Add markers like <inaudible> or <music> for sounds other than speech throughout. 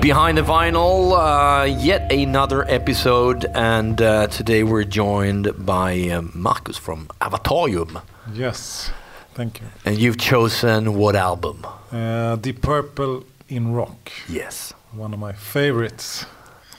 Behind the Vinyl, uh, yet another episode, and uh, today we're joined by uh, Marcus from Avatarium. Yes, thank you. And you've chosen what album? Uh, Deep Purple in Rock, Yes. one of my favorites.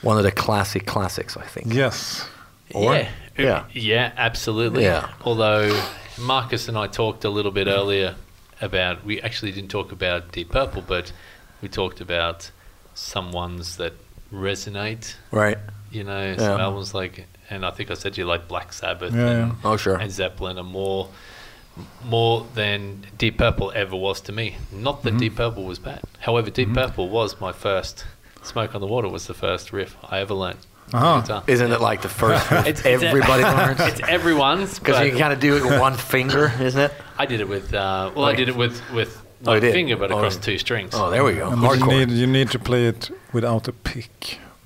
One of the classic classics, I think. Yes, Or- Yeah. Yeah. Yeah. absolutely. Yeah. Although Marcus and I talked a little bit earlier about we actually didn't talk about Deep Purple, but we talked about some ones that resonate, Right. you know, some Yeah. albums like and I think I said to you like Black Sabbath Yeah, and, Oh, sure. and Zeppelin are more more than Deep Purple ever was to me. Not Mm-hmm. that Deep Purple was bad. However, Deep Purple was my first Smoke on the Water was the first riff I ever learned. on Uh-huh. guitar. Isn't it like the first one? <laughs> It's- it's- everybody It's learns? <laughs> everyone's Because but you can kind of do it with one finger, isn't it? I did it with uh, well, Okay. I did it with with Oh, you one did? finger, but Oh, across yeah. two strings. Oh, there we go. and you Hardcore. need you need to play it without a pick.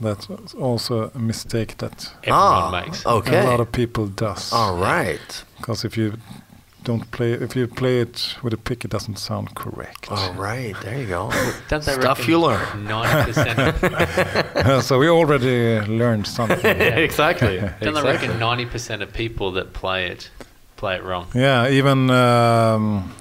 That's also a mistake that Everyone ah, makes. okay. a lot of people does. All right. Because if you don't play, if you play it with a pick, it doesn't sound correct. All right. There you <laughs> go. Don't they Stuff reckon you learn. Ninety <laughs> percent. <laughs> so we already learned something. exactly. Don't they Exactly. reckon ninety percent of people that play it play it wrong? Yeah, even um,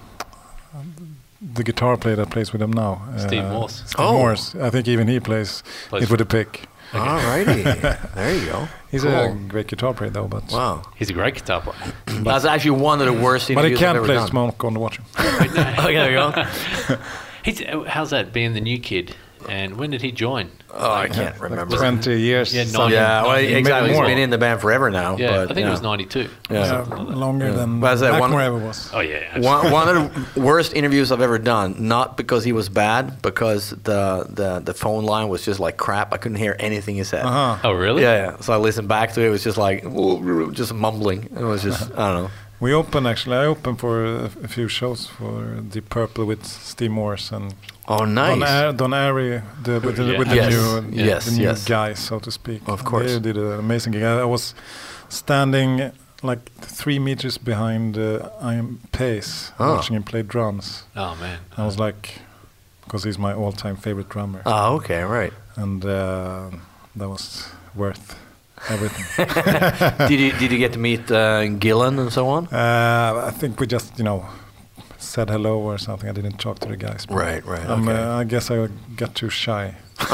the guitar player that plays with them now, uh, Steve Morse. Steve Oh. Morse. I think even he plays, Plays it with a pick. All righty. There you go. He's a Cool. <laughs> great guitar player though, but Wow. He's a great guitar player. That's actually one of the worst but he interviews I've can't ever play done. <laughs> smoke on the water. Oh, there you <laughs> go. He's, uh, how's that being the new kid? And when did he join? Oh, I can't remember. Twenty years. Yeah, something. nine- yeah, well, Maybe exactly. He's more. been in the band forever now. Yeah, but, I think it was ninety-two. Yeah. Uh, longer than But as I- one- Blackmore ever was. Oh yeah. absolutely. One, one of the worst interviews I've ever done. Not because he was bad, because the the, the phone line was just like crap. I couldn't hear anything he said. Uh-huh. Oh really? Yeah, yeah. So I listened back to it. It was just like just mumbling. It was just Uh-huh. I don't know. We opened actually. I opened for a, a few shows for Deep Purple with Steve Morse and Oh, Don, nice. Air, Don Airy, the, with the, with the Yes. new, Yes, the new yes. guy, so to speak. Of course. They did an amazing gig. I I was standing like three meters behind uh, Ian Pace, Ah. watching him play drums. Oh man. I was like, because he's my all time favorite drummer. Oh, okay, right. And uh, that was worth <laughs> everything. did you did you get to meet uh, Gillen and so <laughs> on? uh, I think we just, you know, said hello or something. I didn't talk to the guys. but Right, right, I'm, okay. uh, I guess I got too shy.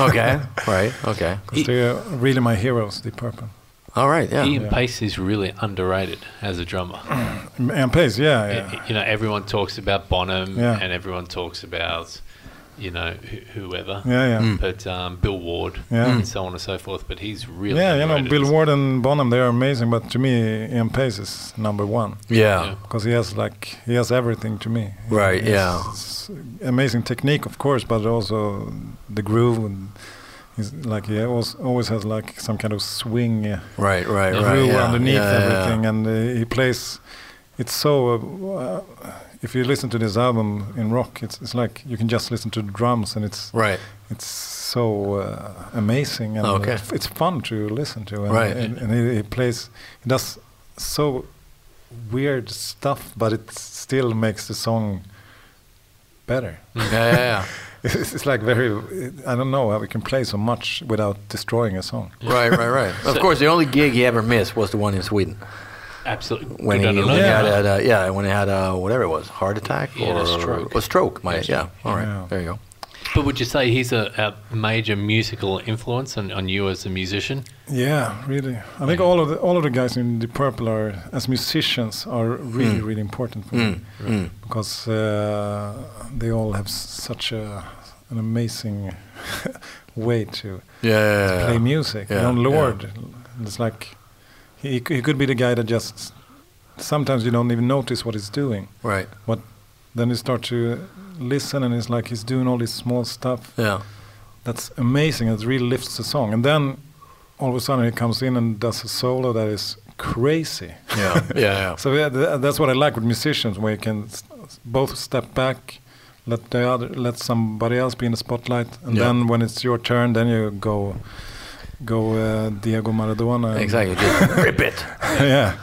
Okay, right. Okay. 'Cause they're really my heroes, Deep Purple. All right. Yeah. Ian Pace is really underrated as a drummer. And Pace, yeah, I- yeah. Eh, you know, everyone talks about Bonham Yeah. and everyone talks about, you know, wh- whoever. Yeah, yeah. Hmm. But um, Bill Ward Yeah. and so on and so forth. But he's really Yeah, you know, underrated. Bill Ward and Bonham, they are amazing, but to me, Ian Pace is number one. Yeah. Because he has like he has everything to me. Right, He yeah. has Amazing technique, of course, but also the groove. And he's like he always always has like some kind of swing uh, Right. Right. Yeah. Right. groove yeah, underneath yeah, yeah, yeah. everything, and uh, he plays. It's so. Uh, uh, if you listen to this album in rock, it's it's like you can just listen to the drums, and it's Right. it's so uh, amazing and Okay. f- it's fun to listen to and, Right. and, and he, he plays he does so weird stuff but it still makes the song better <laughs> Yeah. yeah, yeah. it's, it's like very i don't know how we can play so much without destroying a song <laughs> Right, right, right. Of So- course, the only gig he ever missed was the one in Sweden Absolutely. when he, Good when on he him. Yeah. had a, uh, yeah when he had a, whatever it was heart attack He had or a stroke. or stroke. My, yeah. All right. Yeah. There you go. But would you say he's a, a major musical influence on, on you as a musician? yeah really i think all of the all of the guys in the purple are as musicians are Hmm. really really important for me Mm. because uh, they all have s- such a, an amazing <laughs> way to Yeah. yeah, yeah, play yeah. music. Yeah, You know, yeah. Lord, it's like he, he could be the guy that just sometimes you don't even notice what he's doing. Right. What then you start to listen, and it's like he's doing all this small stuff Yeah. that's amazing. It really lifts the song, and then all of a sudden he comes in and does a solo that is crazy. <laughs> Yeah. yeah. Yeah. So yeah, th- that's what I like with musicians, where you can s- both step back, let the other, let somebody else be in the spotlight, and Yeah. then when it's your turn, then you go, go uh, Diego Maradona. <laughs> and- Exactly. Just rip it. <laughs> yeah.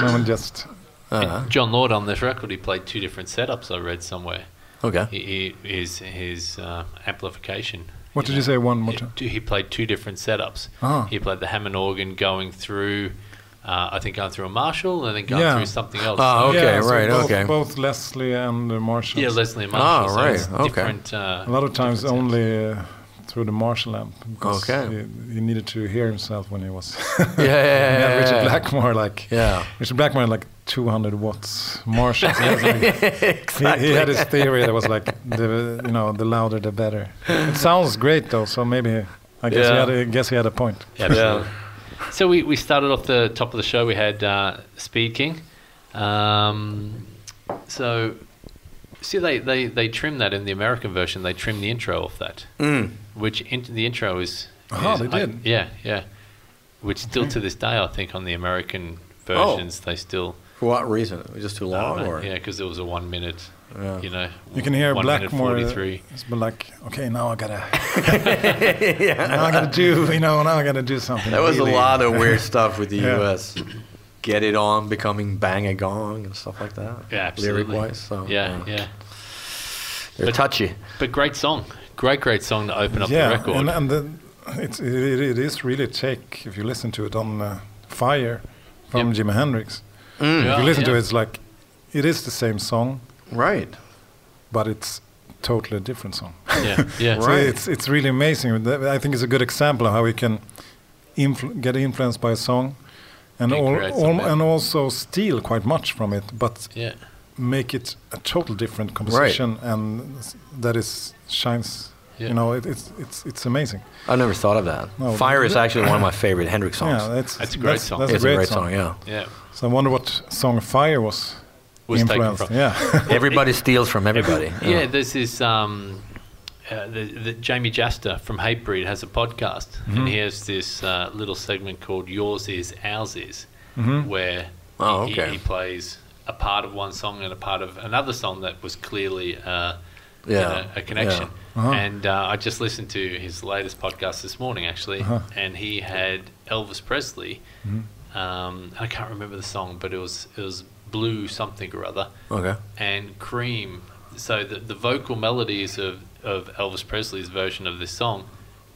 No one just. Uh-huh. John Lord on this record, he played two different setups. I read somewhere. Okay. He, he, his his uh, amplification. What did you say? One more time. He, he played two different setups. Ah. He played the Hammond organ going through, uh, I think, going through a Marshall and then going Yeah. Ah, through something else. Oh, okay, so right, both, okay. Both Leslie and uh, Marshall. Yeah, Leslie and Oh, Marshall. so it's right, okay. Different, uh, A lot of times different sounds. only uh, through the Marshall amp. because Okay. He, he needed to hear himself when he was. Yeah, yeah, yeah, yeah, <laughs> Richard yeah. Blackmore, like. Yeah. <laughs> Richard Blackmore, had, like 200 watts Marshall. He was <laughs> like- <laughs> exactly. He, he had his theory that was like, the, you know, the louder the better. It sounds great though, so maybe I guess, Yeah. he, had a, guess he had a point. Absolutely. So we, we started off the top of the show. We had uh, Speed King. Um, so see, they, they, they trim that in the American version. They trim the intro off that, Mm. which in, the intro is. Oh, is- they I- did? yeah, yeah. Which still to this day, I think on the American Oh. versions, they still. For what reason? It was just too I don't long, know, or <laughs> yeah, because it was a one minute. Yeah. You know, You can hear one minute Blackmore. uh, 43. It's been like, okay, now I <laughs> gotta, now I gotta do, you know, now I gotta do something. There was really. a lot of weird stuff with the <laughs> Yeah. U.S. Get it on, becoming bang a gong and stuff like that. Yeah, absolutely. Lyric wise, so yeah, yeah. they're But- touchy. But great song. Great, great song to open up yeah, the record. and, and the, it's, it, it it is really take if you listen to it on uh, Fire from Yep. Mm. Jimi Hendrix. if Yeah, you listen to yeah. it, it's like, it is the same song, Right. but it's totally different song. yeah, <laughs> yeah. Right. So it's it's really amazing. That- I think it's a good example of how we can influ- get influenced by a song, and And al- create al- something. and also steal quite much from it, but Yeah. make it a total different composition, and s- that is shines. Yeah. You know, it, it's it's it's amazing. I never thought of that. No, Fire is but- actually one of <laughs> my favorite Hendrix songs. Yeah, that's That's a great song. That's it's a great song, yeah. Yeah. So I wonder what song Fire was, Was taken influenced. from. Yeah, <laughs> Everybody steals from everybody. <laughs> Yeah, Oh. there's this. Um, uh, the, the Jamie Jaster from Hatebreed has a podcast, Mm-hmm. and he has this uh, little segment called "Yours Is Ours Is," Mm-hmm. where Oh, he, okay. he plays a part of one song and a part of another song that was clearly uh, you Yeah, know, a connection. yeah. Uh-huh. And uh, I just listened to his latest podcast this morning, actually, Uh-huh. and he had Elvis Presley. Mm-hmm. Um, I can't remember the song, but it was it was blue something or other Okay. and Cream. So the, the vocal melodies of, of Elvis Presley's version of this song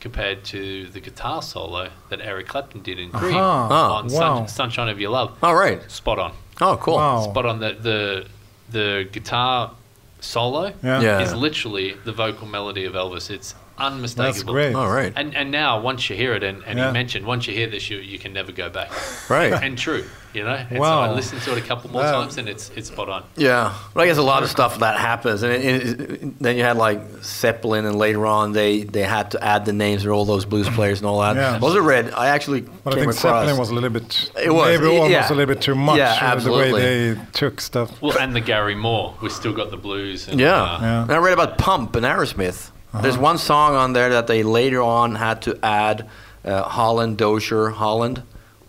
compared to the guitar solo that Eric Clapton did in Cream Aha. Ah, on Uh-huh. wow. Ah. Sun, Sunshine of Your Love. All right. Spot on. Oh, cool. Wow. Spot on. The, the, the guitar solo Yeah. Yeah. is literally the vocal melody of Elvis. It's unmistakable. that's great. All right. And, and now, once you hear it, and, and Yeah. you mentioned, once you hear this, you, you can never go back. Right. and true, you know? And so Wow. I listened to it a couple more Wow. times, and it's, it's spot on. Yeah. But I guess a lot of stuff that happens. And it, it, it- then you had like Zeppelin, and later on they, they had to add the names of all those blues players and all that. Yeah. Those are red. I actually But I came think across. Zeppelin was a little bit, It was, maybe y- almost yeah. a little bit too much. Yeah, uh, The absolutely. way they took stuff. Well, and the Gary Moore. We've still got the blues. And, Yeah. uh, Yeah. Uh-huh. And I read about Pump and Aerosmith. There's one song on there that they later on had to add uh, Holland, Dozier, Holland.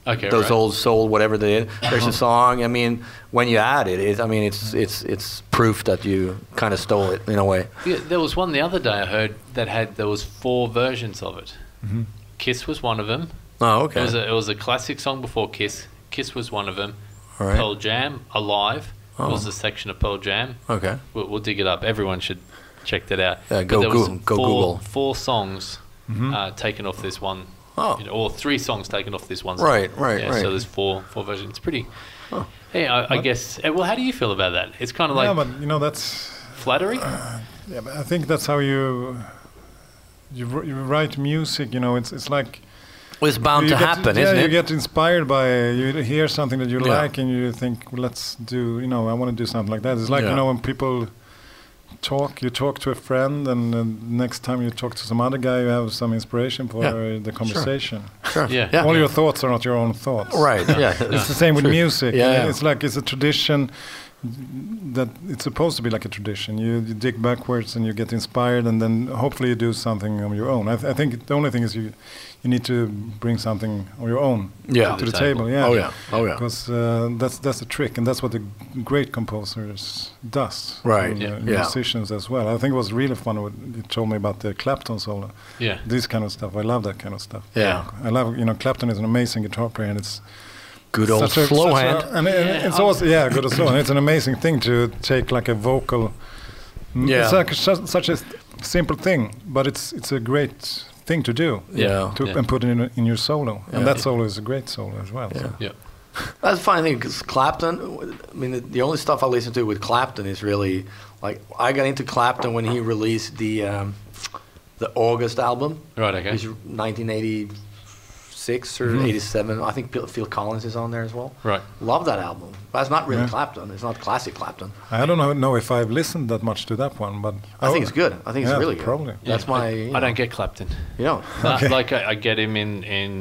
uh, Okay, Those right. old soul, whatever they did. There's Uh-huh. a song. I mean, when you add it, it I mean, it's it's it's proof that you kind of stole it in a way. Yeah, there was one the other day I heard that had there was four versions of it. Kiss was one of them. Oh, It Mm-hmm. okay. was a, it was a classic song before Kiss. Kiss was one of them. All right. Pearl Jam, Alive Oh. was a section of Pearl Jam. Okay. We'll, we'll dig it up. Everyone should check that out. Yeah, But Uh, go there was Goog- go four, Google. Four songs Mm-hmm. uh, taken off this one. Oh. you know, or three songs taken off this one. song. Right, right, yeah, right. So there's four four versions. It's pretty. Yeah, I, I guess. eh, Well, how do you feel about that? It's kind of like yeah, but you know that's flattery. Uh, Yeah, but I think that's how you you, wr- you write music. You know, it's it's like Well, it's bound you to get, happen, yeah, isn't you it? get inspired by you hear something that you Yeah. like, and you think, well, let's do. You know, I want to do something like that. It's like Yeah. you know when people talk, you talk to a friend, and, and next time you talk to some other guy, you have some inspiration for Yeah. the conversation. sure. Yeah. yeah. All your thoughts are not your own thoughts. right. <laughs> It's Yeah. the same with music. Yeah, yeah. It's like it's a tradition that it's supposed to be like a tradition. You, you dig backwards and you get inspired, and then hopefully you do something on your own. I, th- I think the only thing is you you need to bring something on your own Yeah. to the the table. table. Yeah. Oh, yeah. Oh, yeah. Because uh, that's that's the trick, and that's what the g- great composers does. Right, and, yeah. uh, Yeah. Musicians as well. I think it was really fun. What you told me about the Clapton solo. Yeah. This kind of stuff. I love that kind of stuff. Yeah. I love you know Clapton is an amazing guitar player, and it's Good old such a- slow such a- hand. and it- Yeah, it's I'm- also yeah, good as slow. And Mm, it's an amazing thing to take like a vocal. m- Yeah. Such, such, such a simple thing, but it's it's a great thing to do. Yeah. To, Yeah. And put it in, in your solo, and Yeah. that solo is a great solo as well. so. Yeah. That's the funny thing because Clapton. I mean, the, the only stuff I listen to with Clapton is really like I got into Clapton when he released the um, the August album, Right. Okay. Mm-hmm. which is 1986 or 87. I think Phil- Phil Collins is on there as well. Right. Love that album. That's not really Yeah. Clapton. It's not classic Clapton. I don't know, know if I've listened that much to that one, but I oh, think it's good. I think it's yeah, really good. probably. That's Yeah, my. I, you I know, don't get Clapton. You know. Uh, like I, I get him in in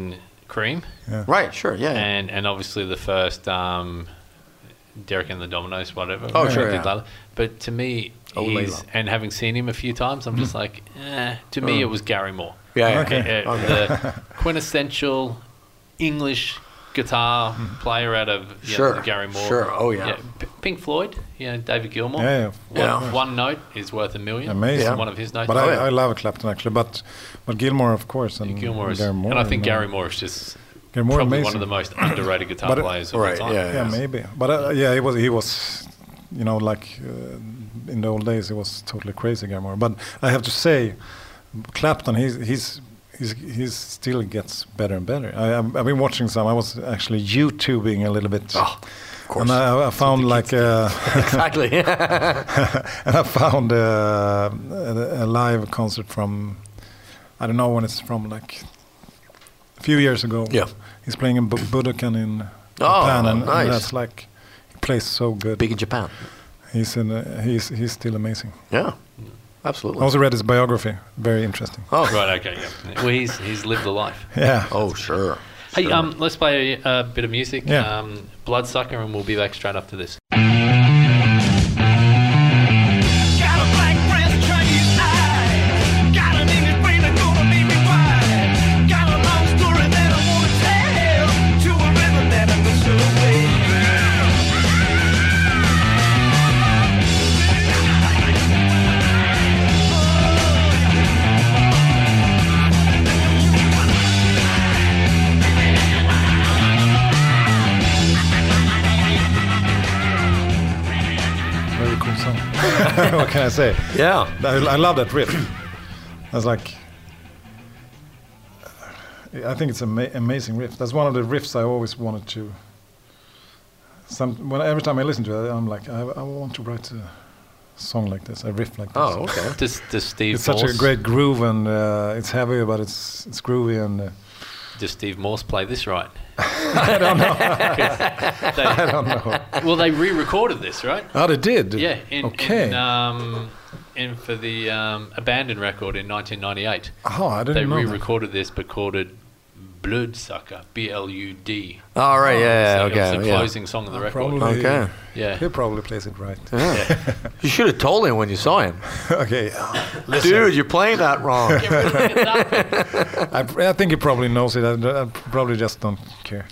Cream, Yeah. Right. Sure. Yeah. yeah. and and obviously the first um, Derek and the Dominoes, whatever. Oh, which I sure, did yeah. love. But to me, Oh, he's, Layla. and having seen him a few times, I'm just like, eh. to me, it was Gary Moore. Yeah, yeah. Okay. Uh, the quintessential English guitar player out of you know, Sure, Gary Moore. sure. Oh, yeah. P- Pink Floyd, you know, David Gilmour. Yeah, yeah. One, Yeah. one note is worth a million. Amazing. Yeah. One of his notes. But Oh, I, yeah. I love Clapton actually, but but Gilmore of course and Gilmour is, Gary Moore, uh, and I think you know. Gary Moore is just Gary Moore probably one amazing. of the most underrated guitar But it- players Right, of all time. yeah, Yeah, Yes. maybe. But uh, yeah, he was he was, you know, like uh, in the old days, he was totally crazy Gilmore. But I have to say, Clapton, he's he's. He's, he's still gets better and better. I, I'm- I've been watching some. I was actually YouTubing a little bit, Oh, of course. and I, I found like uh, <laughs> exactly. <laughs> and I found uh, a, a live concert from I don't know when it's from, like a few years ago. Yeah. he's playing in Bu- Budokan in Oh, Japan, and, nice. and that's like he plays so good. Big in Japan. He's in, uh, he's he's still amazing. Yeah. Absolutely. I also read his biography, very interesting. oh. Right, okay, yeah. Well, he's, he's lived the life. Yeah, Oh, sure. Hey, Sure. um, let's play a, a bit of music. Yeah. Um, Bloodsucker, and we'll be back straight after this. Got a black friend, Chinese eye. Got an English brain that's gonna make me wise. Got a long story that I wanna tell to a rhythm that I'm gonna survey. very cool song. <laughs> what can I say? Yeah. I, I love that riff. <clears throat> That's like. I think it's an ama- amazing riff. That's one of the riffs I always wanted to. Some when every time I listen to it, I'm like, I, I want to write a song like this, a riff like this. Oh, okay. Does, does Steve It's such a Morse- great groove, and uh, it's heavy, but it's it's groovy, and uh, Does Steve Morse play this right? <laughs> I don't know, They, <laughs> <laughs> I don't know. well, <laughs> they re-recorded this, right? Oh, they did. Yeah. In, okay. In, um, in for the um, Abandoned record in 1998, oh, I they didn't know. that. re-recorded this but called it Bloodsucker, B-L-U-D. All right. Yeah. It's the- it's yeah okay. the Yeah. closing song of the record. Probably. Okay. Yeah. He probably plays it right. Yeah. you should have told him when you saw him. <laughs> okay. Dude, you're playing that wrong. <laughs> Get rid of it, nothing. I, I think he probably knows it. I, d- I probably just don't care.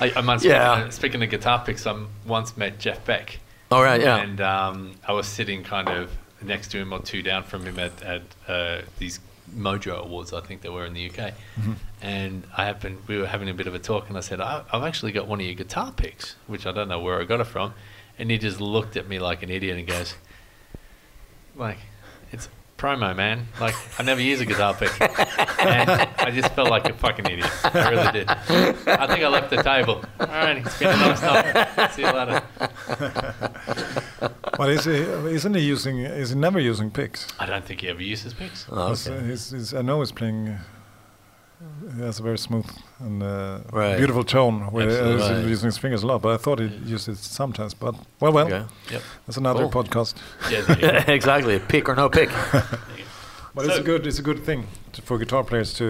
I, I must Yeah. speaking, of, uh, speaking of guitar picks, I once met Jeff Beck, All Oh, right. Yeah. and um, I was sitting kind of next to him or two down from him at, at uh, these Mojo Awards, I think they were in the UK. And I happened, we were having a bit of a talk, and I said, I, "I've actually got one of your guitar picks, which I don't know where I got it from." And he just looked at me like an idiot and goes, "Like, it's promo, man. Like, I never use a guitar <laughs> pick." and I just felt like a fucking idiot. I really did. I think I left the table. All right, it's been a nice night. See you later. but is he, isn't he using? Is he never using picks? I don't think he ever uses picks. Oh, He's- Ah, okay. he's- he's- I know he's playing. uh, He has a very smooth and uh, Right. beautiful tone. Where uh, he's Absolutely. using his fingers a lot, but I thought he used it sometimes. But well, well, Okay. Yep. that's another Cool. podcast. Yeah, there <laughs> you go. exactly. Pick or no pick. But it's a So- good, it's a good thing to, for guitar players to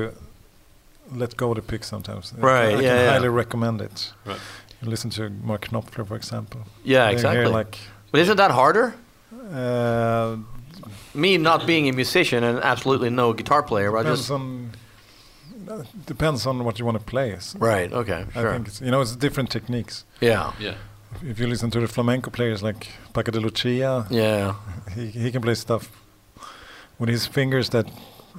let go of the picks sometimes. Right, I yeah, can yeah. highly recommend it. Right. You listen to Mark Knopfler, for example. Yeah. They hear, Exactly. like. but isn't that harder? Uh, Me not being a musician and absolutely no guitar player. I depends just on uh, depends on what you want to play. It's- right. Okay. I Sure. think it's, you know it's different techniques. Yeah. Yeah. If you listen to the flamenco players like Paco de Lucia, Yeah. he, he can play stuff with his fingers that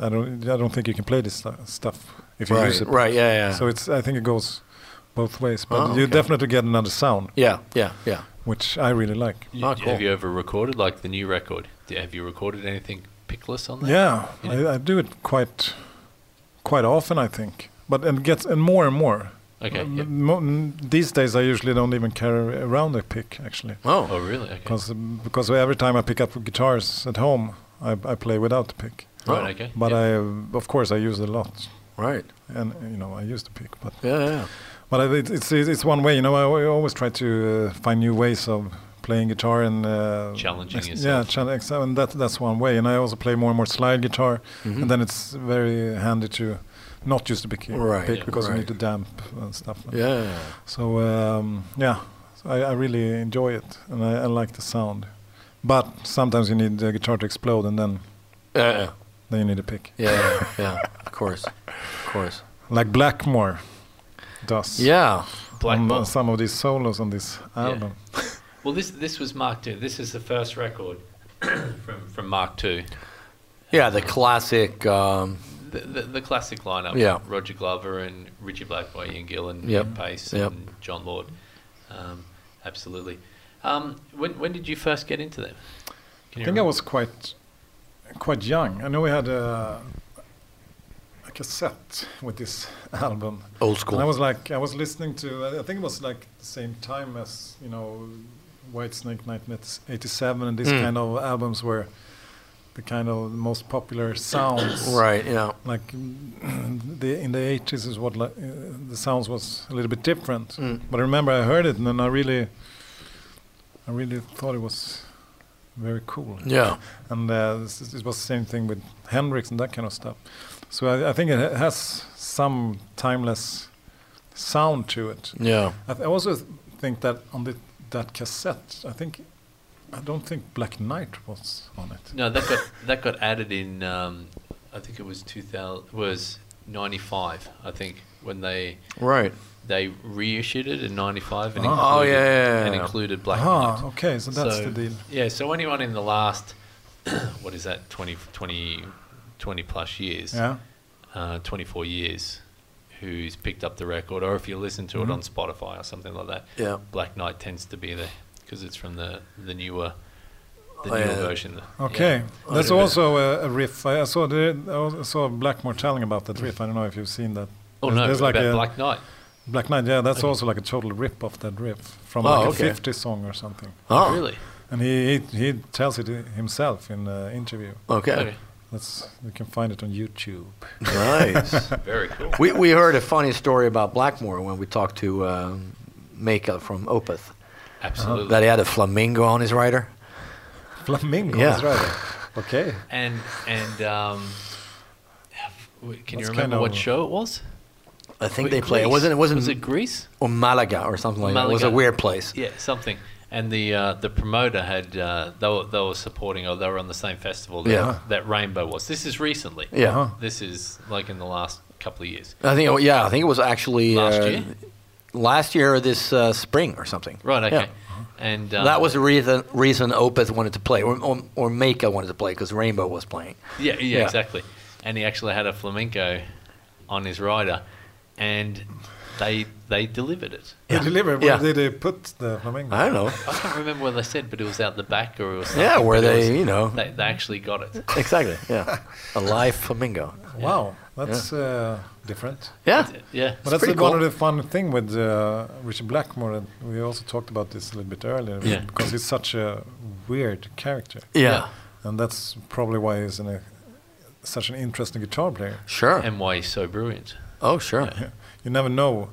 I don't I don't think you can play this stu- stuff if you Right. use it. Right. Yeah. Yeah. So it's I think it goes both ways, but Oh, you okay. definitely get another sound, yeah. Yeah. Yeah. which I really like. You- Oh, cool. Have you ever recorded like the new record? Do- Have you recorded anything Pickless on there? Yeah, I, I do it quite, quite often, I think. But and gets and more and more. Okay. M- Yeah. mo- m- these days, I usually don't even carry around a pick actually, Oh, Oh, really? Okay. because because every time I pick up guitars at home, I, I play without the pick. Oh, Right. Okay. But yeah. I, uh, of course, I use it a lot, right. and you know, I use the pick, but. Yeah, yeah. But I, it- it's it's one way, you know. I al- always try to uh, find new ways of playing guitar and uh, Challenging Yeah, yourself. challenging. and that that's one way. And I also play more and more slide guitar, Mm-hmm. and then it's very handy to not use the big Right, pick yeah, because you right. need to damp and stuff. like- Yeah. So um, yeah, so I, I really enjoy it, and I, I like the sound. But sometimes you need the guitar to explode, and then Yeah. then you need a pick, Yeah. Yeah. yeah. Of course. Of course. like Blackmore does. Yeah. Black on, uh, Box. some of these solos on this Yeah. album. Well, this this was Mark II. This is the first record <clears throat> from from Mark II. Yeah. The classic. Um, The, the, the classic lineup. Yeah. Roger Glover and Richie Blackboy, Ian Gillan, Yep. Ian Pace, Yep. and John Lord. Um, absolutely. Um, when when did you first get into them? Can I you think I remember? was quite quite young. I know we had a, a cassette with this <laughs> album. old school. And I was like, I was listening to, I think it was like the same time as you know, Whitesnake 1987 and these Mm. kind of albums were the kind of most popular sounds. <coughs> right. Yeah. Like <clears throat> the in the 80s is what like, uh, the sounds was a little bit different. Mm. But I remember I heard it and then I really, I really thought it was very cool. Yeah. And uh, this is- it was the same thing with Hendrix and that kind of stuff. So I, I think it ha- has some timeless sound to it. Yeah. I, th- I also th- think that on the, that cassette, I think I don't think Black Knight was on it. No, that got that got added in. Um, I think it was two thousand was ninety five. I think when they Right. they reissued it in ninety five and Ah. included, Oh, yeah, yeah, yeah, and yeah. Oh, included Black ah, Knight. okay, so that's the deal. Yeah, so anyone in the last <clears throat> what is that 20, 20, 20 plus years, Yeah, uh, twenty four years, who's picked up the record, or if you listen to it on Spotify or something like that, Mm-hmm. Yeah. Black Knight tends to be there because it's from the the newer the Oh, newer yeah. version. Yeah. okay. Oh, That's yeah. also a, a riff. I, I saw the, I also saw Blackmore telling about that riff. I don't know if you've seen that. Oh no, There's like about a- Black Knight. Black Knight, yeah, that's also like a total rip of that riff from Oh, like okay. a 50s song or something. Oh. Really? And he, he he tells it himself in an interview. Okay. That's you can find it on YouTube. <laughs> <laughs> Nice. Very cool. we, we heard a funny story about Blackmore when we talked to um, Mika from Opeth. Absolutely. That he had a flamingo on his rider. Flamingo, Yeah. that's right. Okay. and and um, w- can That's you kind remember of- what show it was? I think Wait, they played. It Greece. wasn't. It wasn't. Was it Greece? or Malaga or something like that. It was a Malaga. weird place. Yeah, something. And the uh, the promoter had uh, they were they were supporting or they were on the same festival that, Yeah. that Rainbow was. This is recently. Yeah. Uh-huh. This is like in the last couple of years. I think. It, yeah, I think it was actually Last uh, year? last year or this uh, spring or something. Right. Okay. Yeah. And um, that was the reason reason Opeth wanted to play, or or, or Mika wanted to play because Rainbow was playing. Yeah, yeah, Yeah. exactly. And he actually had a flamenco on his rider, and they they delivered it. They deliver. Where <laughs> Yeah. did they put the flamingo? I don't know. I can't remember what they said, but it was out the back or it was Yeah, something, where but it was- they, you know, they, they actually got <laughs> it. exactly. Yeah, a live flamingo. Wow, that's uh, different. Yeah, Yeah. But that's pretty one cool. of the fun thing with uh, Richard Blackmore, and we also talked about this a little bit earlier. Yeah. Because he's such a weird character, yeah, and that's probably why he's an, uh, such an interesting guitar player. sure. And why he's so brilliant. oh, sure. you never know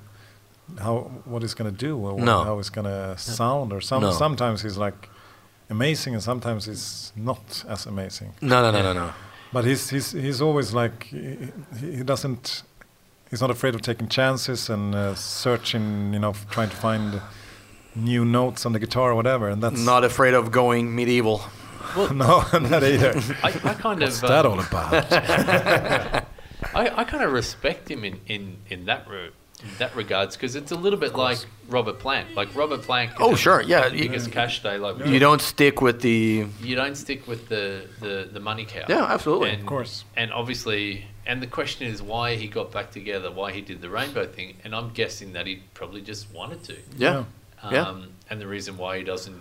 how what he's gonna do or what, No. how it's gonna sound or some No. sometimes he's like amazing and sometimes he's not as amazing No, no, no, no, no. but he's he's he's always like he, he he doesn't he's not afraid of taking chances and uh, searching you know f- trying to find new notes on the guitar or whatever and that's Not afraid of going medieval. no <laughs> <laughs> not either I, I kind what's of that um, all about I, I kind of respect him in in in that route. In that regards, because it's a little bit like Robert Plant. Like Robert Plant. Oh, sure, yeah, you- Because cash day, like You don't stick with the you don't stick with the, the, the money cow. Yeah, absolutely. And, Of course. And obviously, and the question is why he got back together, why he did the rainbow thing, and I'm guessing that he probably just wanted to. yeah, Um, Yeah. And the reason why he doesn't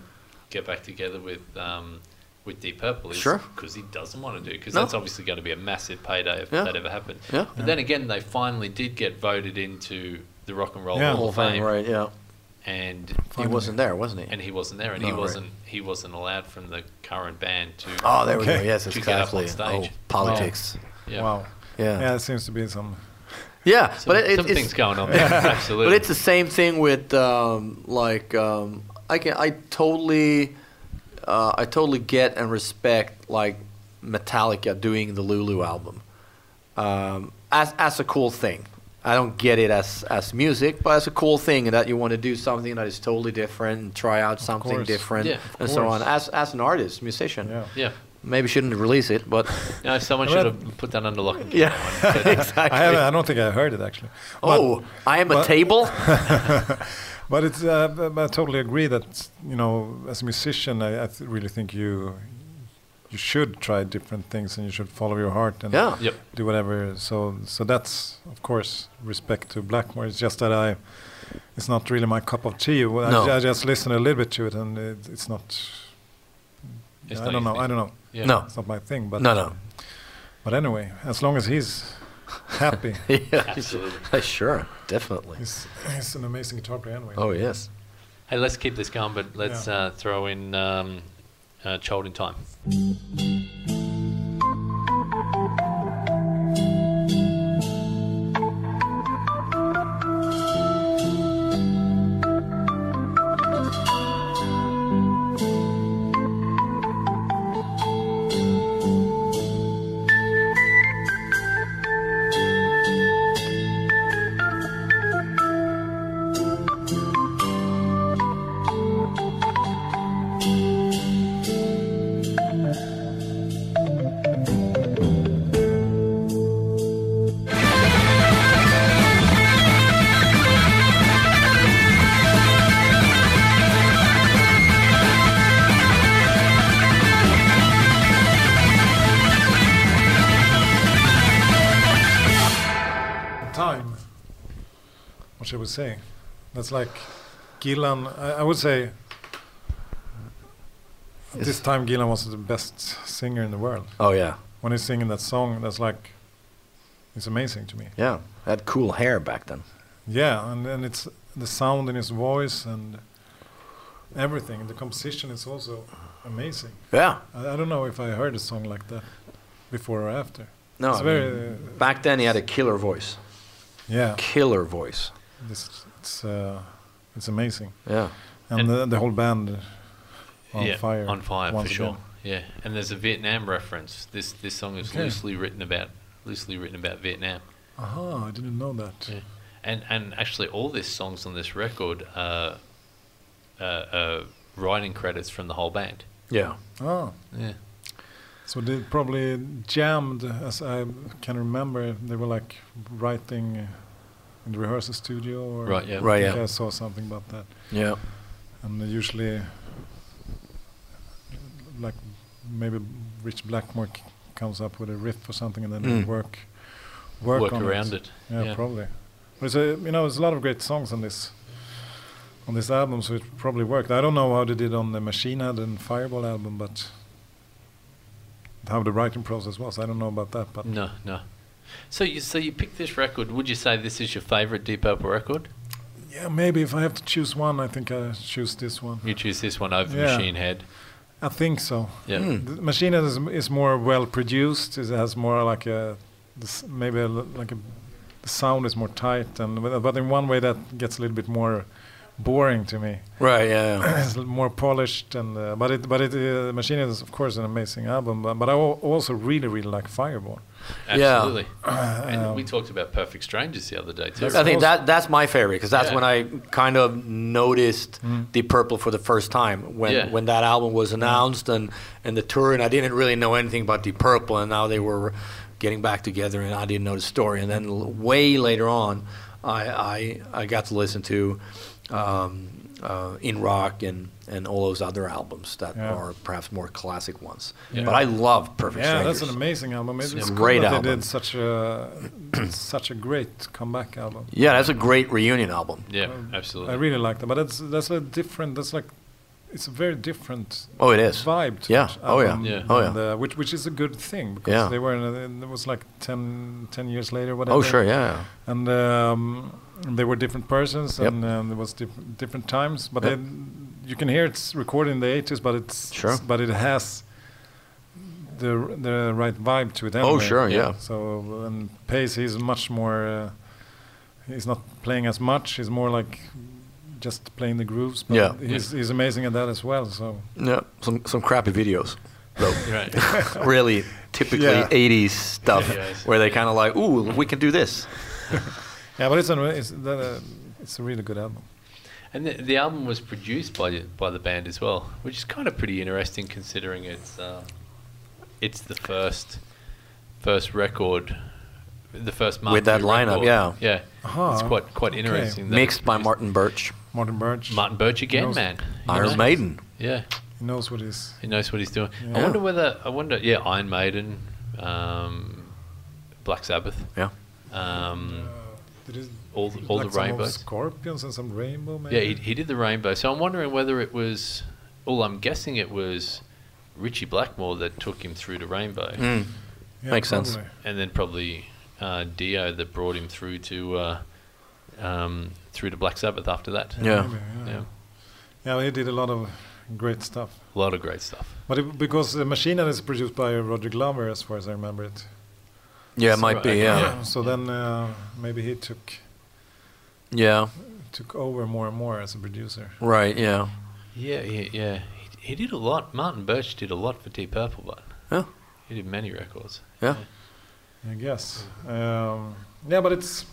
get back together with um, with Deep Purple is Sure. because he doesn't want to do because No. that's obviously going to be a massive payday if Yeah. that ever happened. Yeah. But then again, they finally did get voted into the Rock and Roll Yeah. Hall of Fame, right? Yeah, and he Finally. wasn't there, wasn't he? and he wasn't there, and No, he right. wasn't he wasn't allowed from the current band to. oh, there we go. Okay. Yes, To get up exactly. on Oh, stage. politics. yeah. Wow. Yeah, Yeah, yeah. it seems to be some. Some, but it, it, something's it's going <laughs> on there. Absolutely. But it's the same thing with um, like um, I can I totally uh, I totally get and respect like Metallica doing the Lulu album um, as as a cool thing. I don't get it as as music, but as a cool thing that you want to do something that is totally different and try out something course. different Yeah, and so on. course. As as an artist, musician, <laughs> Yeah. <laughs> yeah. maybe shouldn't release it, but No, someone Well, should that- have put that under lock and key. yeah, <laughs> exactly. I, have, I don't think I heard it actually. But- oh, I am a but- table. <laughs> But it's, uh, b- but I totally agree that you know, as a musician, I, I th- really think you you should try different things and you should follow your heart and Yeah. Yep. do whatever. So, so that's of course respect to Blackmore. It's just that I, it's not really my cup of tea. Well, I No. ju- I, just listen a little bit to it, and it, it's not. It's I not don't your know. I thing. don't know. Yeah. No, It's not my thing. But no, no. <laughs> But anyway, as long as he's happy, <laughs> yeah, Absolutely. sure, definitely. he's, he's an amazing guitar player anyway. Oh yes. Hey, let's keep this going, but let's Yeah. uh, throw in um, uh, Child in Time. time. What should we say? That's like Gillan. I, I would say at this time Gillan was the best singer in the world. Oh yeah, When he's singing that song, that's like it's amazing to me. yeah. Had cool hair back then. Yeah, and and it's the sound in his voice and everything. The composition is also amazing. Yeah. I, I don't know if I heard a song like that before or after. No, it's I very uh, Back then he had a killer voice. yeah. Killer voice. This, it's uh, it's amazing. Yeah. and, And- the, the whole band on yeah, fire. On fire, for once sure. again. Yeah, and there's a Vietnam reference. This this song is Okay. loosely written about loosely written about Vietnam. Aha, Ah, I didn't know that. Yeah. And and actually, all these songs on this record are uh, uh, writing credits from the whole band. Yeah. Oh, Yeah. so they probably jammed, as I can remember. They were like writing in the rehearsal studio, or Right, yeah. Right, I, think yeah. I saw something about that. Yeah. And they usually, like maybe Rich Blackmore c- comes up with a riff or something, and then they Mm. work work, Work, on around it. Yeah, probably. But it's a, you know, there's a lot of great songs on this on this album, so it probably worked. I don't know how they did on the Machine Head and Fireball album, but how the writing process was, I don't know about that. But No, no. So you so you picked this record. Would you say this is your favorite Deep Purple record? yeah, maybe if I have to choose one, I think I choose this one. You choose this one over Yeah. Machine Head. I think so. Yeah. The Machine Head is, is more well produced. It has more like a this, maybe a l like a the sound is more tight, and but but in one way that gets a little bit more boring to me. Right. <clears throat> Yeah. it's l- more polished and uh, but it but it uh, machine Head is of course an amazing album but, but i al- also really really like fireball <clears throat> Absolutely. and we talked about Perfect Strangers the other day too. I right? think that that's my favorite because that's Yeah. when I kind of noticed Mm-hmm. the purple for the first time when Yeah. when that album was announced and and the tour and I didn't really know anything about the purple and now they were getting back together and I didn't know the story and then l- way later on I I, I got to listen to um, uh, in rock and and all those other albums that Yeah. are perhaps more classic ones Yeah. but I love Perfect yeah Strangers that's an amazing album it's, It's a cool great that they album. did such a <clears throat> such a great comeback album yeah that's a great reunion album Yeah, absolutely. i really like that but that's that's a different that's like it's a very different Oh, it is. vibe. To Yeah. that Oh, yeah. album Yeah. Oh, and, uh, which which is a good thing because Yeah. they were in a, and it was like 10, 10 years later whatever. Oh, sure. Yeah. And um, they were different persons Yep. and um, there was diff- different times, but Yep. then you can hear it's recorded in the eighties, but it's Sure. but it has the r- the right vibe to it. Oh, anyway. sure, yeah. So and Pace, he's much more. Uh, he's not playing as much. He's more like just playing the grooves. But Yeah. He's, he's amazing at that as well. So. Yeah. Some some crappy videos. <laughs> Though. <laughs> Right. really typically Yeah. 80s stuff Videos. where they kind of like, ooh, we can do this. Yeah, but it's a it's, uh, it's a really good album. And the, the album was produced by the- by the band as well, which is kind of pretty interesting considering it's uh, it's the first first record, the first With that marquee lineup, record. yeah. Uh-huh. yeah, Aha, it's quite quite interesting. that Mixed by produced- Martin Birch, Martin Birch. Martin Birch again, Knows- man. You know? Iron Maiden. Yeah, He knows what he's. he knows what he's doing. I Yeah. wonder whether I wonder. Yeah, Iron Maiden, um, Black Sabbath. Yeah. Um, Did he- All the- all like the some old rainbows. Scorpions and some rainbow. Maybe? Yeah, he, he did the rainbow. So I'm wondering whether it was. Well, I'm guessing it was Richie Blackmore that took him through to rainbow, Mm. Yeah, Makes sense. probably. and then probably uh, Dio that brought him through to uh, um, through to Black Sabbath after that. Yeah. Maybe, yeah, yeah. Yeah, he did a lot of great stuff. a lot of great stuff. But it, because the Machine Head is produced by Roger Glover, as far as I remember it. Yeah, it So, might be. okay, Yeah. yeah. So then uh, maybe he took Yeah. took over more and more as a producer. Right. Yeah. Yeah, yeah, yeah. He, he did a lot. Martin Birch did a lot for Deep Purple, but Yeah. he did many records. Yeah. I guess. Um, yeah, but it's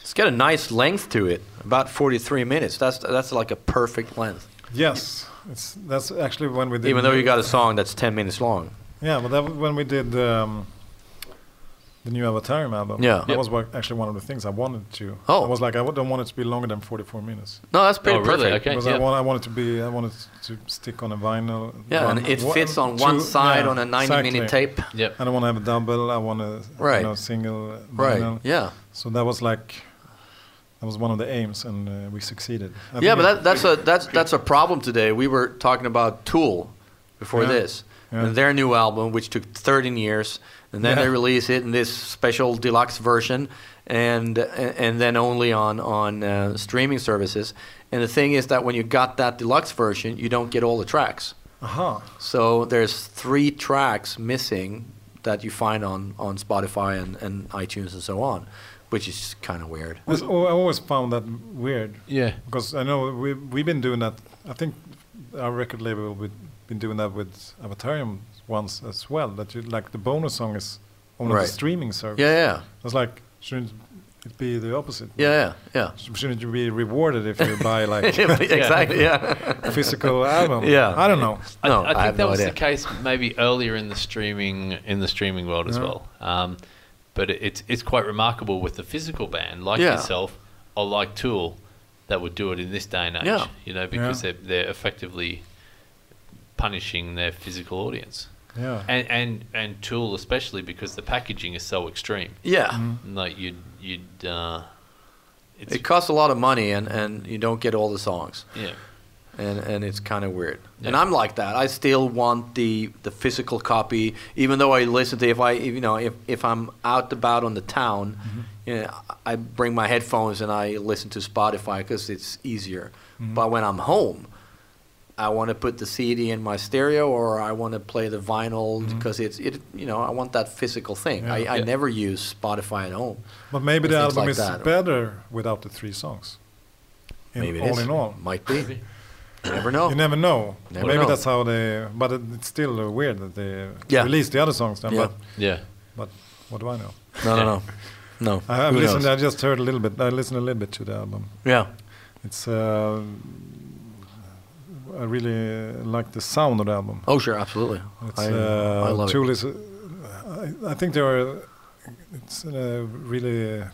It's got a nice length to it, about 43 minutes. That's that's like a perfect length. yes, it's that's actually when we did. Even though you got a song that's 10 minutes long. Yeah, but that was when we did um, the new Avatar album. Yeah. that Yep. was what, actually one of the things I wanted to. Oh. I was like, I w- don't want it to be longer than forty-four minutes. No, that's pretty Oh, really? perfect. Okay. Because yeah. I want, I want it to be, I want it to stick on a vinyl. Yeah, one- and it one- fits on one two- side yeah, on a 90 minute exactly. tape. Yep. I don't want to have a double. I want a Right. you know, single uh, Right. vinyl. Yeah. So that was like, that was one of the aims, and uh, we succeeded. I yeah, but think it- that, that's a that's that's a problem today. We were talking about Tool before Yeah, this, yeah. and their new album, which took 13 years, and then they Yeah. release it in this special deluxe version, and and then only on on uh, streaming services. And the thing is that when you got that deluxe version, you don't get all the tracks. Aha. So there's three tracks missing that you find on on Spotify and, and iTunes and so on, which is kind of weird. That's al- I always found that weird. Yeah. Because I know we we've been doing that. I think our record label we've been doing that with Avatarium once as well. That you like the bonus song is on the Right. streaming service. Yeah, yeah, It's like shouldn't it be the opposite? yeah, yeah. Sh- Shouldn't you be rewarded if you <laughs> buy <laughs> like yeah. exactly. Yeah. a physical album? Yeah. I don't know. No, I, I think I have that no was idea. the case maybe earlier in the streaming in the streaming world as Yeah. well. Um, but it, it's it's quite remarkable with the physical band like Yeah. yourself or like Tool that would do it in this day and age. Yeah. You know, because they're they're effectively punishing their physical audience. Yeah. And and and Tool especially because the packaging is so extreme. Yeah, Like you'd you'd uh, it's it costs a lot of money, and, and you don't get all the songs, yeah. and, and it's kind of weird. And Yeah. I'm like that. I still want the, the physical copy, even though I listen to if I if, you know if, if I'm out about on the town, Mm-hmm. you know, I bring my headphones and I listen to Spotify because it's easier. Mm-hmm. But when I'm home, I want to put the CD in my stereo, or I want to play the vinyl Mm-hmm. because it's it you know I want that physical thing. I, I Yeah. never use Spotify at home. But maybe the Things album like is that. better without the three songs. In, Maybe it all is. in all, might be. You never know. You never know. Never Maybe know. that's how they. But it, it's still uh, weird that they Yeah. released the other songs then. Yeah. But Yeah. but what do I know? No, no, no, no. I, have Who listened. knows? I just heard a little bit. I listened a little bit to the album. Yeah, It's. Uh, I really uh, like the sound of the album. oh sure, absolutely. It's, I, uh, I love Tool it. is, uh, I, I think they are. It's a really uh,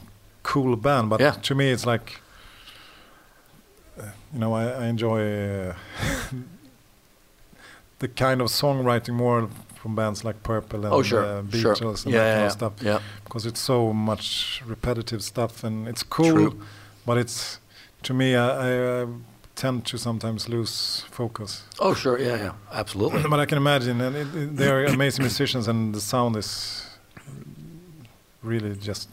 cool band, but Yeah. to me, it's like. uh, You know, I, I enjoy uh, <laughs> the kind of songwriting more from bands like Purple and Oh sure, uh, sure. Beatles and yeah, that yeah, kind yeah. of stuff. yeah. Because it's so much repetitive stuff, and it's cool, True. but it's to me, I, I uh, tend to sometimes lose focus. Oh sure, yeah, yeah, absolutely. <clears throat> <clears throat> but I can imagine, and it, it, they are amazing musicians, and the sound is really just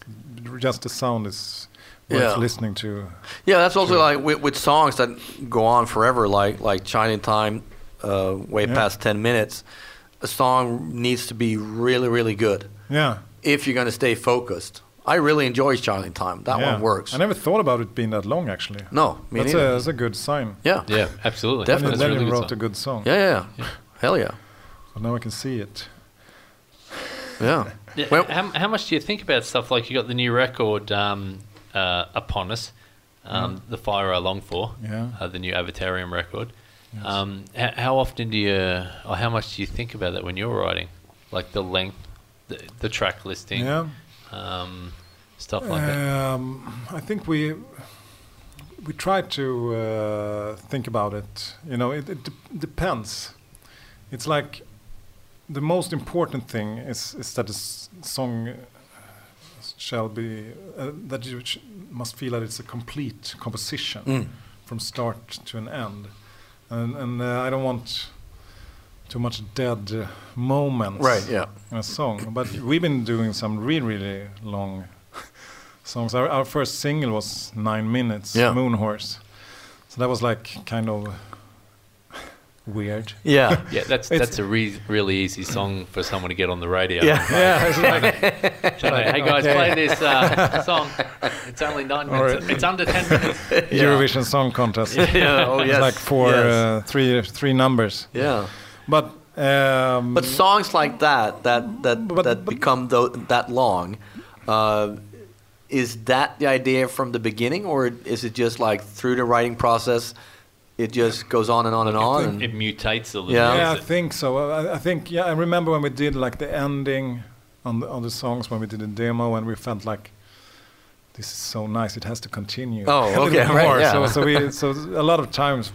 just the sound is worth Yeah. listening to. Yeah, that's also like with, with songs that go on forever, like like China Time, uh, way Yeah. past ten minutes. A song needs to be really, really good Yeah, if you're going to stay focused. I really enjoy China Time. That yeah. one works. I never thought about it being that long, actually. No, me that's a, neither. that's a good sign. yeah. yeah, Yeah, absolutely. And Definitely. That's then a really you good wrote song. a good song. yeah, yeah, Hell yeah, But now I can see it. <laughs> yeah. Yeah, Well- how, how much do you think about stuff like you got the new record um, uh, upon us, um, the fire I long for, Yeah. uh, the new Avatarium record? Um, how, how often do you, or how much do you think about that when you're writing, like the length, the, the track listing, Yeah. um, stuff like that? Um, I think we we try to uh, think about it. You know, it, it de- depends. It's like the most important thing is, is that the s- song uh, shall be uh, that you sh- must feel that it's a complete composition Mm. from start to an end, and, and uh, I don't want too much dead uh, moments Right, yeah. in a song. But we've been doing some really, really long <laughs> songs. Our, our first single was nine minutes, Yeah. Moon Horse. So that was like kind of <laughs> weird. Yeah. yeah, that's it's- that's a re- really easy song for someone to get on the radio. Yeah. Yeah, it's <laughs> like, Shut up. hey guys, Okay. play this uh, song. It's only nine All minutes. right. It's under <laughs> ten minutes. Eurovision Song Contest. yeah. <laughs> Oh yes. Like for yes. uh, three three numbers, yeah. but um, But songs like that, that that But- that but- become tho- that long, uh, is that the idea from the beginning, or is it just like through the writing process, it just goes on and on and on? and- It mutates a little. Yeah. Yeah, I doesn't it? think so. Uh, I, I think yeah. I remember when we did like the ending on the, on the songs when we did the demo, and we felt like this is so nice. It has to continue. Oh, a <laughs> little okay, bit right, more. yeah. So so we so a lot of times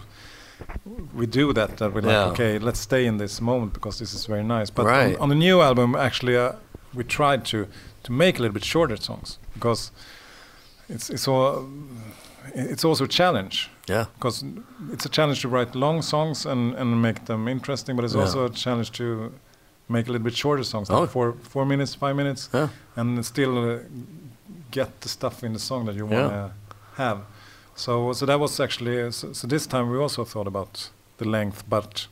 we do that. That we're like, Yeah. okay, let's stay in this moment because this is very nice. But on- Right. on, the new album, actually, uh, we tried to to make a little bit shorter songs because it's it's all it's also a challenge yeah. because it's a challenge to write long songs and, and make them interesting, but it's Yeah. also a challenge to make a little bit shorter songs, like Oh. four four minutes, five minutes, Yeah. and still uh, get the stuff in the song that you Yeah. want to have. So so that was actually uh, so, so this time we also thought about the length, but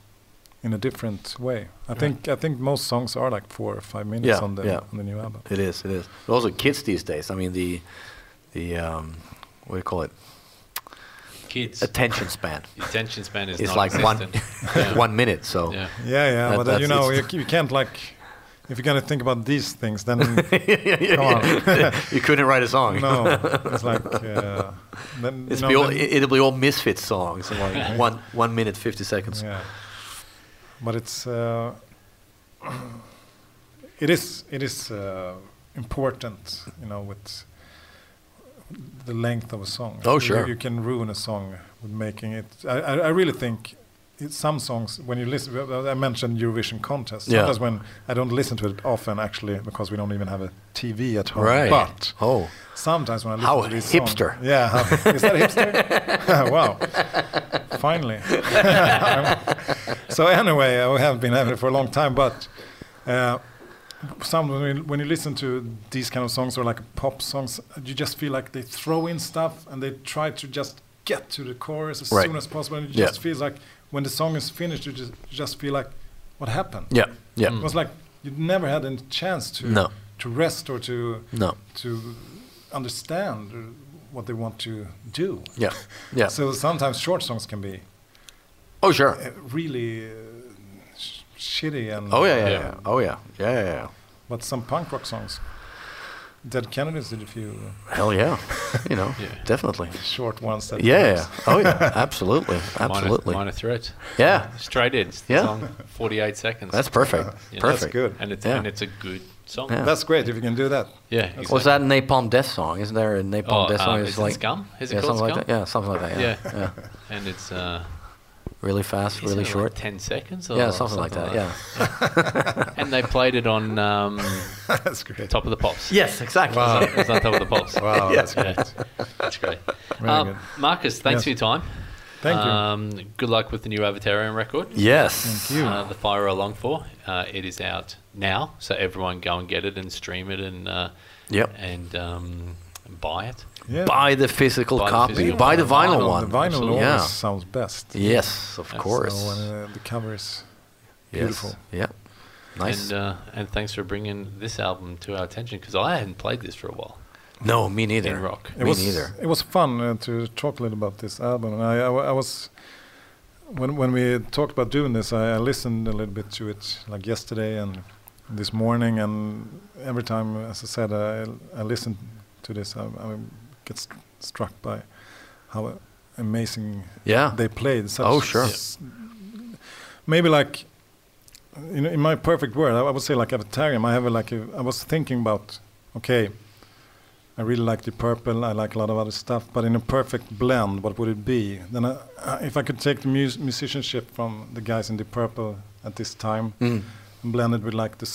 in a different way. I think I think most songs are like four or five minutes Yeah, on the yeah. on the new album. It is. It is. But also, kids these days. I mean, the the um, what do you call it? Kids, Attention span. the attention span is It's not like one <laughs> Yeah. one minute. So <laughs> Yeah. Yeah, yeah, That- but uh, you that's- know you, it's- you can't like if you're gonna think about these <laughs> things then. Come on. you couldn't write a song. <laughs> No, it's like uh, then, It's no, be all, then- it'll be all misfit songs, in <laughs> like one one minute fifty seconds. yeah. But it's uh, <clears throat> it is it is uh, important, you know, with the length of a song. Oh, You- sure. you, can ruin a song with making it. I I, I really think. It's some songs when you listen. I mentioned Eurovision contest. Yeah. Sometimes when I don't listen to it often, actually, because we don't even have a TV at home. Right. But Oh. Sometimes when I listen How to these hipster. songs, yeah, how- is that <laughs> hipster? wow, finally. <laughs> so anyway, uh, we have been having it for a long time, but uh, some when you, when you listen to these kind of songs or like pop songs, you just feel like they throw in stuff and they try to just get to the chorus as Right. soon as possible. And it Yeah. just feels like when the song is finished, you just you just feel like, what happened? Yeah. Yeah. Mm. It was like you never had a chance to No. to rest or to No. to understand uh, what they want to do. Yeah. Yeah. So sometimes short songs can be oh sure. uh, really uh, sh- shitty and uh, Oh yeah, yeah, Yeah. yeah. Oh yeah, yeah, yeah, yeah. But some punk rock songs, Dead Kennedys did a few uh, Hell yeah, you know, <laughs> Yeah. definitely. short ones. That Yeah, yeah. Oh <laughs> yeah, absolutely, absolutely. Minor, <laughs> minor threat. Yeah, Straight in. It's the Yeah. song, 48 seconds. that's perfect. Yeah. perfect. That's good. And it's, Yeah. and it's a good song. Yeah. Yeah. That's great if you can do that. exactly. Was that Napalm Death song? Isn't there a Napalm Oh, Death song? uh, It's is it Scum? Is it yeah, called something like Scum? that. Yeah, something like that. Yeah, Yeah. yeah. And it's uh, really fast, isn't really it like short. 10 seconds? Or yeah, something, like that. Yeah. <laughs> yeah. <laughs> And they played it on um, <laughs> that's great. Top of the Pops. Yes, exactly. Wow. It was on Top of the Pops. <laughs> Wow, Yeah. that's great. That's great. Very Um, good. Marcus, thanks Yes. for your time. Thank you. Um, good luck with the new Avatarium record. Yes. Thank you. Uh, the Fire Along For. Uh, it is out now, so everyone go and get it and stream it and uh, Yep. and um, buy it. yeah. Buy the physical Buy the copy. physical Buy the copy. vinyl, Vinyl, the one. vinyl absolutely. always Yeah. sounds best. Yes, of Yes. course. So, uh, the cover is Yes. beautiful. Yeah. Nice. And uh, and thanks for bringing this album to our attention because I hadn't played this for a while. no, me neither. in rock. Me was, neither. It was fun uh, to talk a little about this album. And I, I, wa- I was when when we talked about doing this, I, I listened a little bit to it like yesterday and this morning, and every time, as I said, I, I listened to this, I, I get st- struck by how amazing Yeah. they played. Such Oh, sure. s- Maybe like. In, in my perfect world, I, I would say like Avatarium. I have a, like a, I was thinking about, okay, I really like the purple. I like a lot of other stuff, but in a perfect blend, what would it be? Then, I, uh, if I could take the mus- musicianship from the guys in the purple at this time Mm. and blend it with like the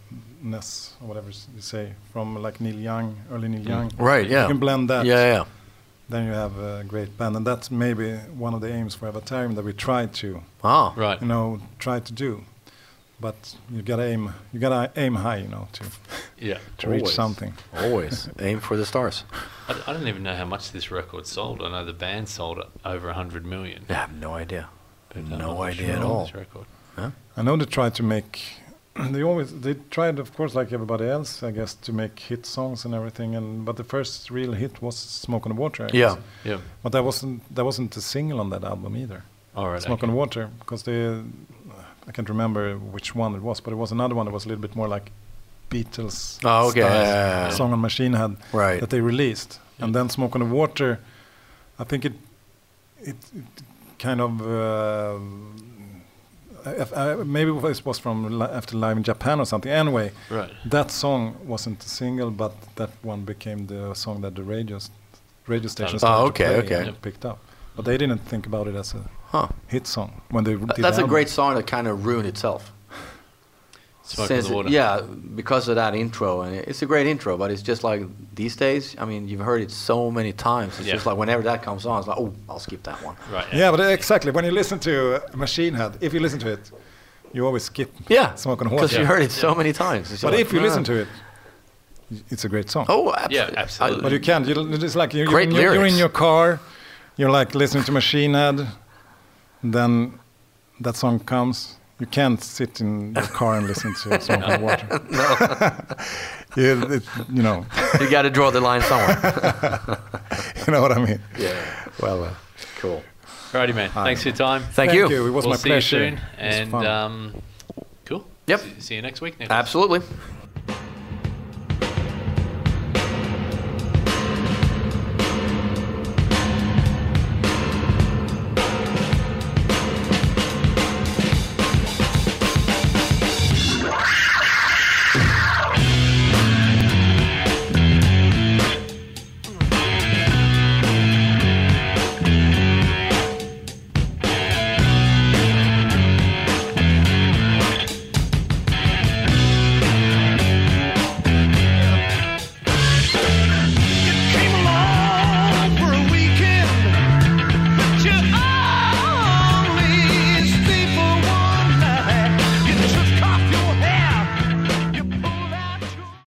soulfulness or whatever s- you say from like Neil Young, early Neil Young. Mm. Right. Yeah. You can blend that. Yeah. Yeah. Then you have a great band, and that's maybe one of the aims for Avatarium that we try to, Oh. Right. you know, try to do. But you gotta aim, you gotta aim high, you know, to Yeah. to reach Always. something. <laughs> Always aim for the stars. I, d- I don't even know how much this record sold. I know the band sold over 100 million. I have no idea. but I'm no not idea sure at on all. This record. I know they tried to make. <clears throat> They always they tried, of course, like everybody else, I guess, to make hit songs and everything. And but the first real hit was "Smoke on Water." I Yeah. guess. Yeah. But that wasn't that wasn't a single on that album either. All right. "Smoke okay. on Water" because they, I can't remember which one it was, but it was another one that was a little bit more like Beatles. Oh, okay. style Yeah, yeah, yeah. Song on Machine had Right. that they released, and Yeah. then "Smoke on the Water," I think it it, it kind of uh, if, uh, maybe it was from li- after live in Japan or something. Anyway, Right. that song wasn't a single, but that one became the song that the radio s- radio stations Oh, started Ah, okay, to play okay. and Yep. picked up. But they didn't think about it as a Huh. hit song when they did the That's a album. great song that kind of ruined itself. Smoke Since on the it- water. yeah, because of that intro, and it- it's a great intro, but it's just like these days. I mean, you've heard it so many times. It's Yeah. just like whenever that comes on, it's like, oh, I'll skip that one. Right. Yeah, but exactly. When you listen to uh, Machine Head, if you listen to it, you always skip Yeah, Smoke on because Water. you Yeah. heard it so many times. It's just But like, if you listen "Ah." to it, y- it's a great song. oh, abso- Yeah, absolutely. But you can't. You, it's like you, Great you, you're in lyrics. your car, you're like listening to Machine Head, then that song comes. You can't sit in your car and listen to <laughs> Smoke on Water. no. you, <laughs> it, you know, <laughs> you got to draw the line somewhere. you know what I mean. yeah, Well, uh, cool. Righty, man. Thanks for your time. Thank, you. It was we'll my see pleasure. You soon. It was And uh, fun. um, cool. Yep. See, see you next week. Nicholas. Absolutely.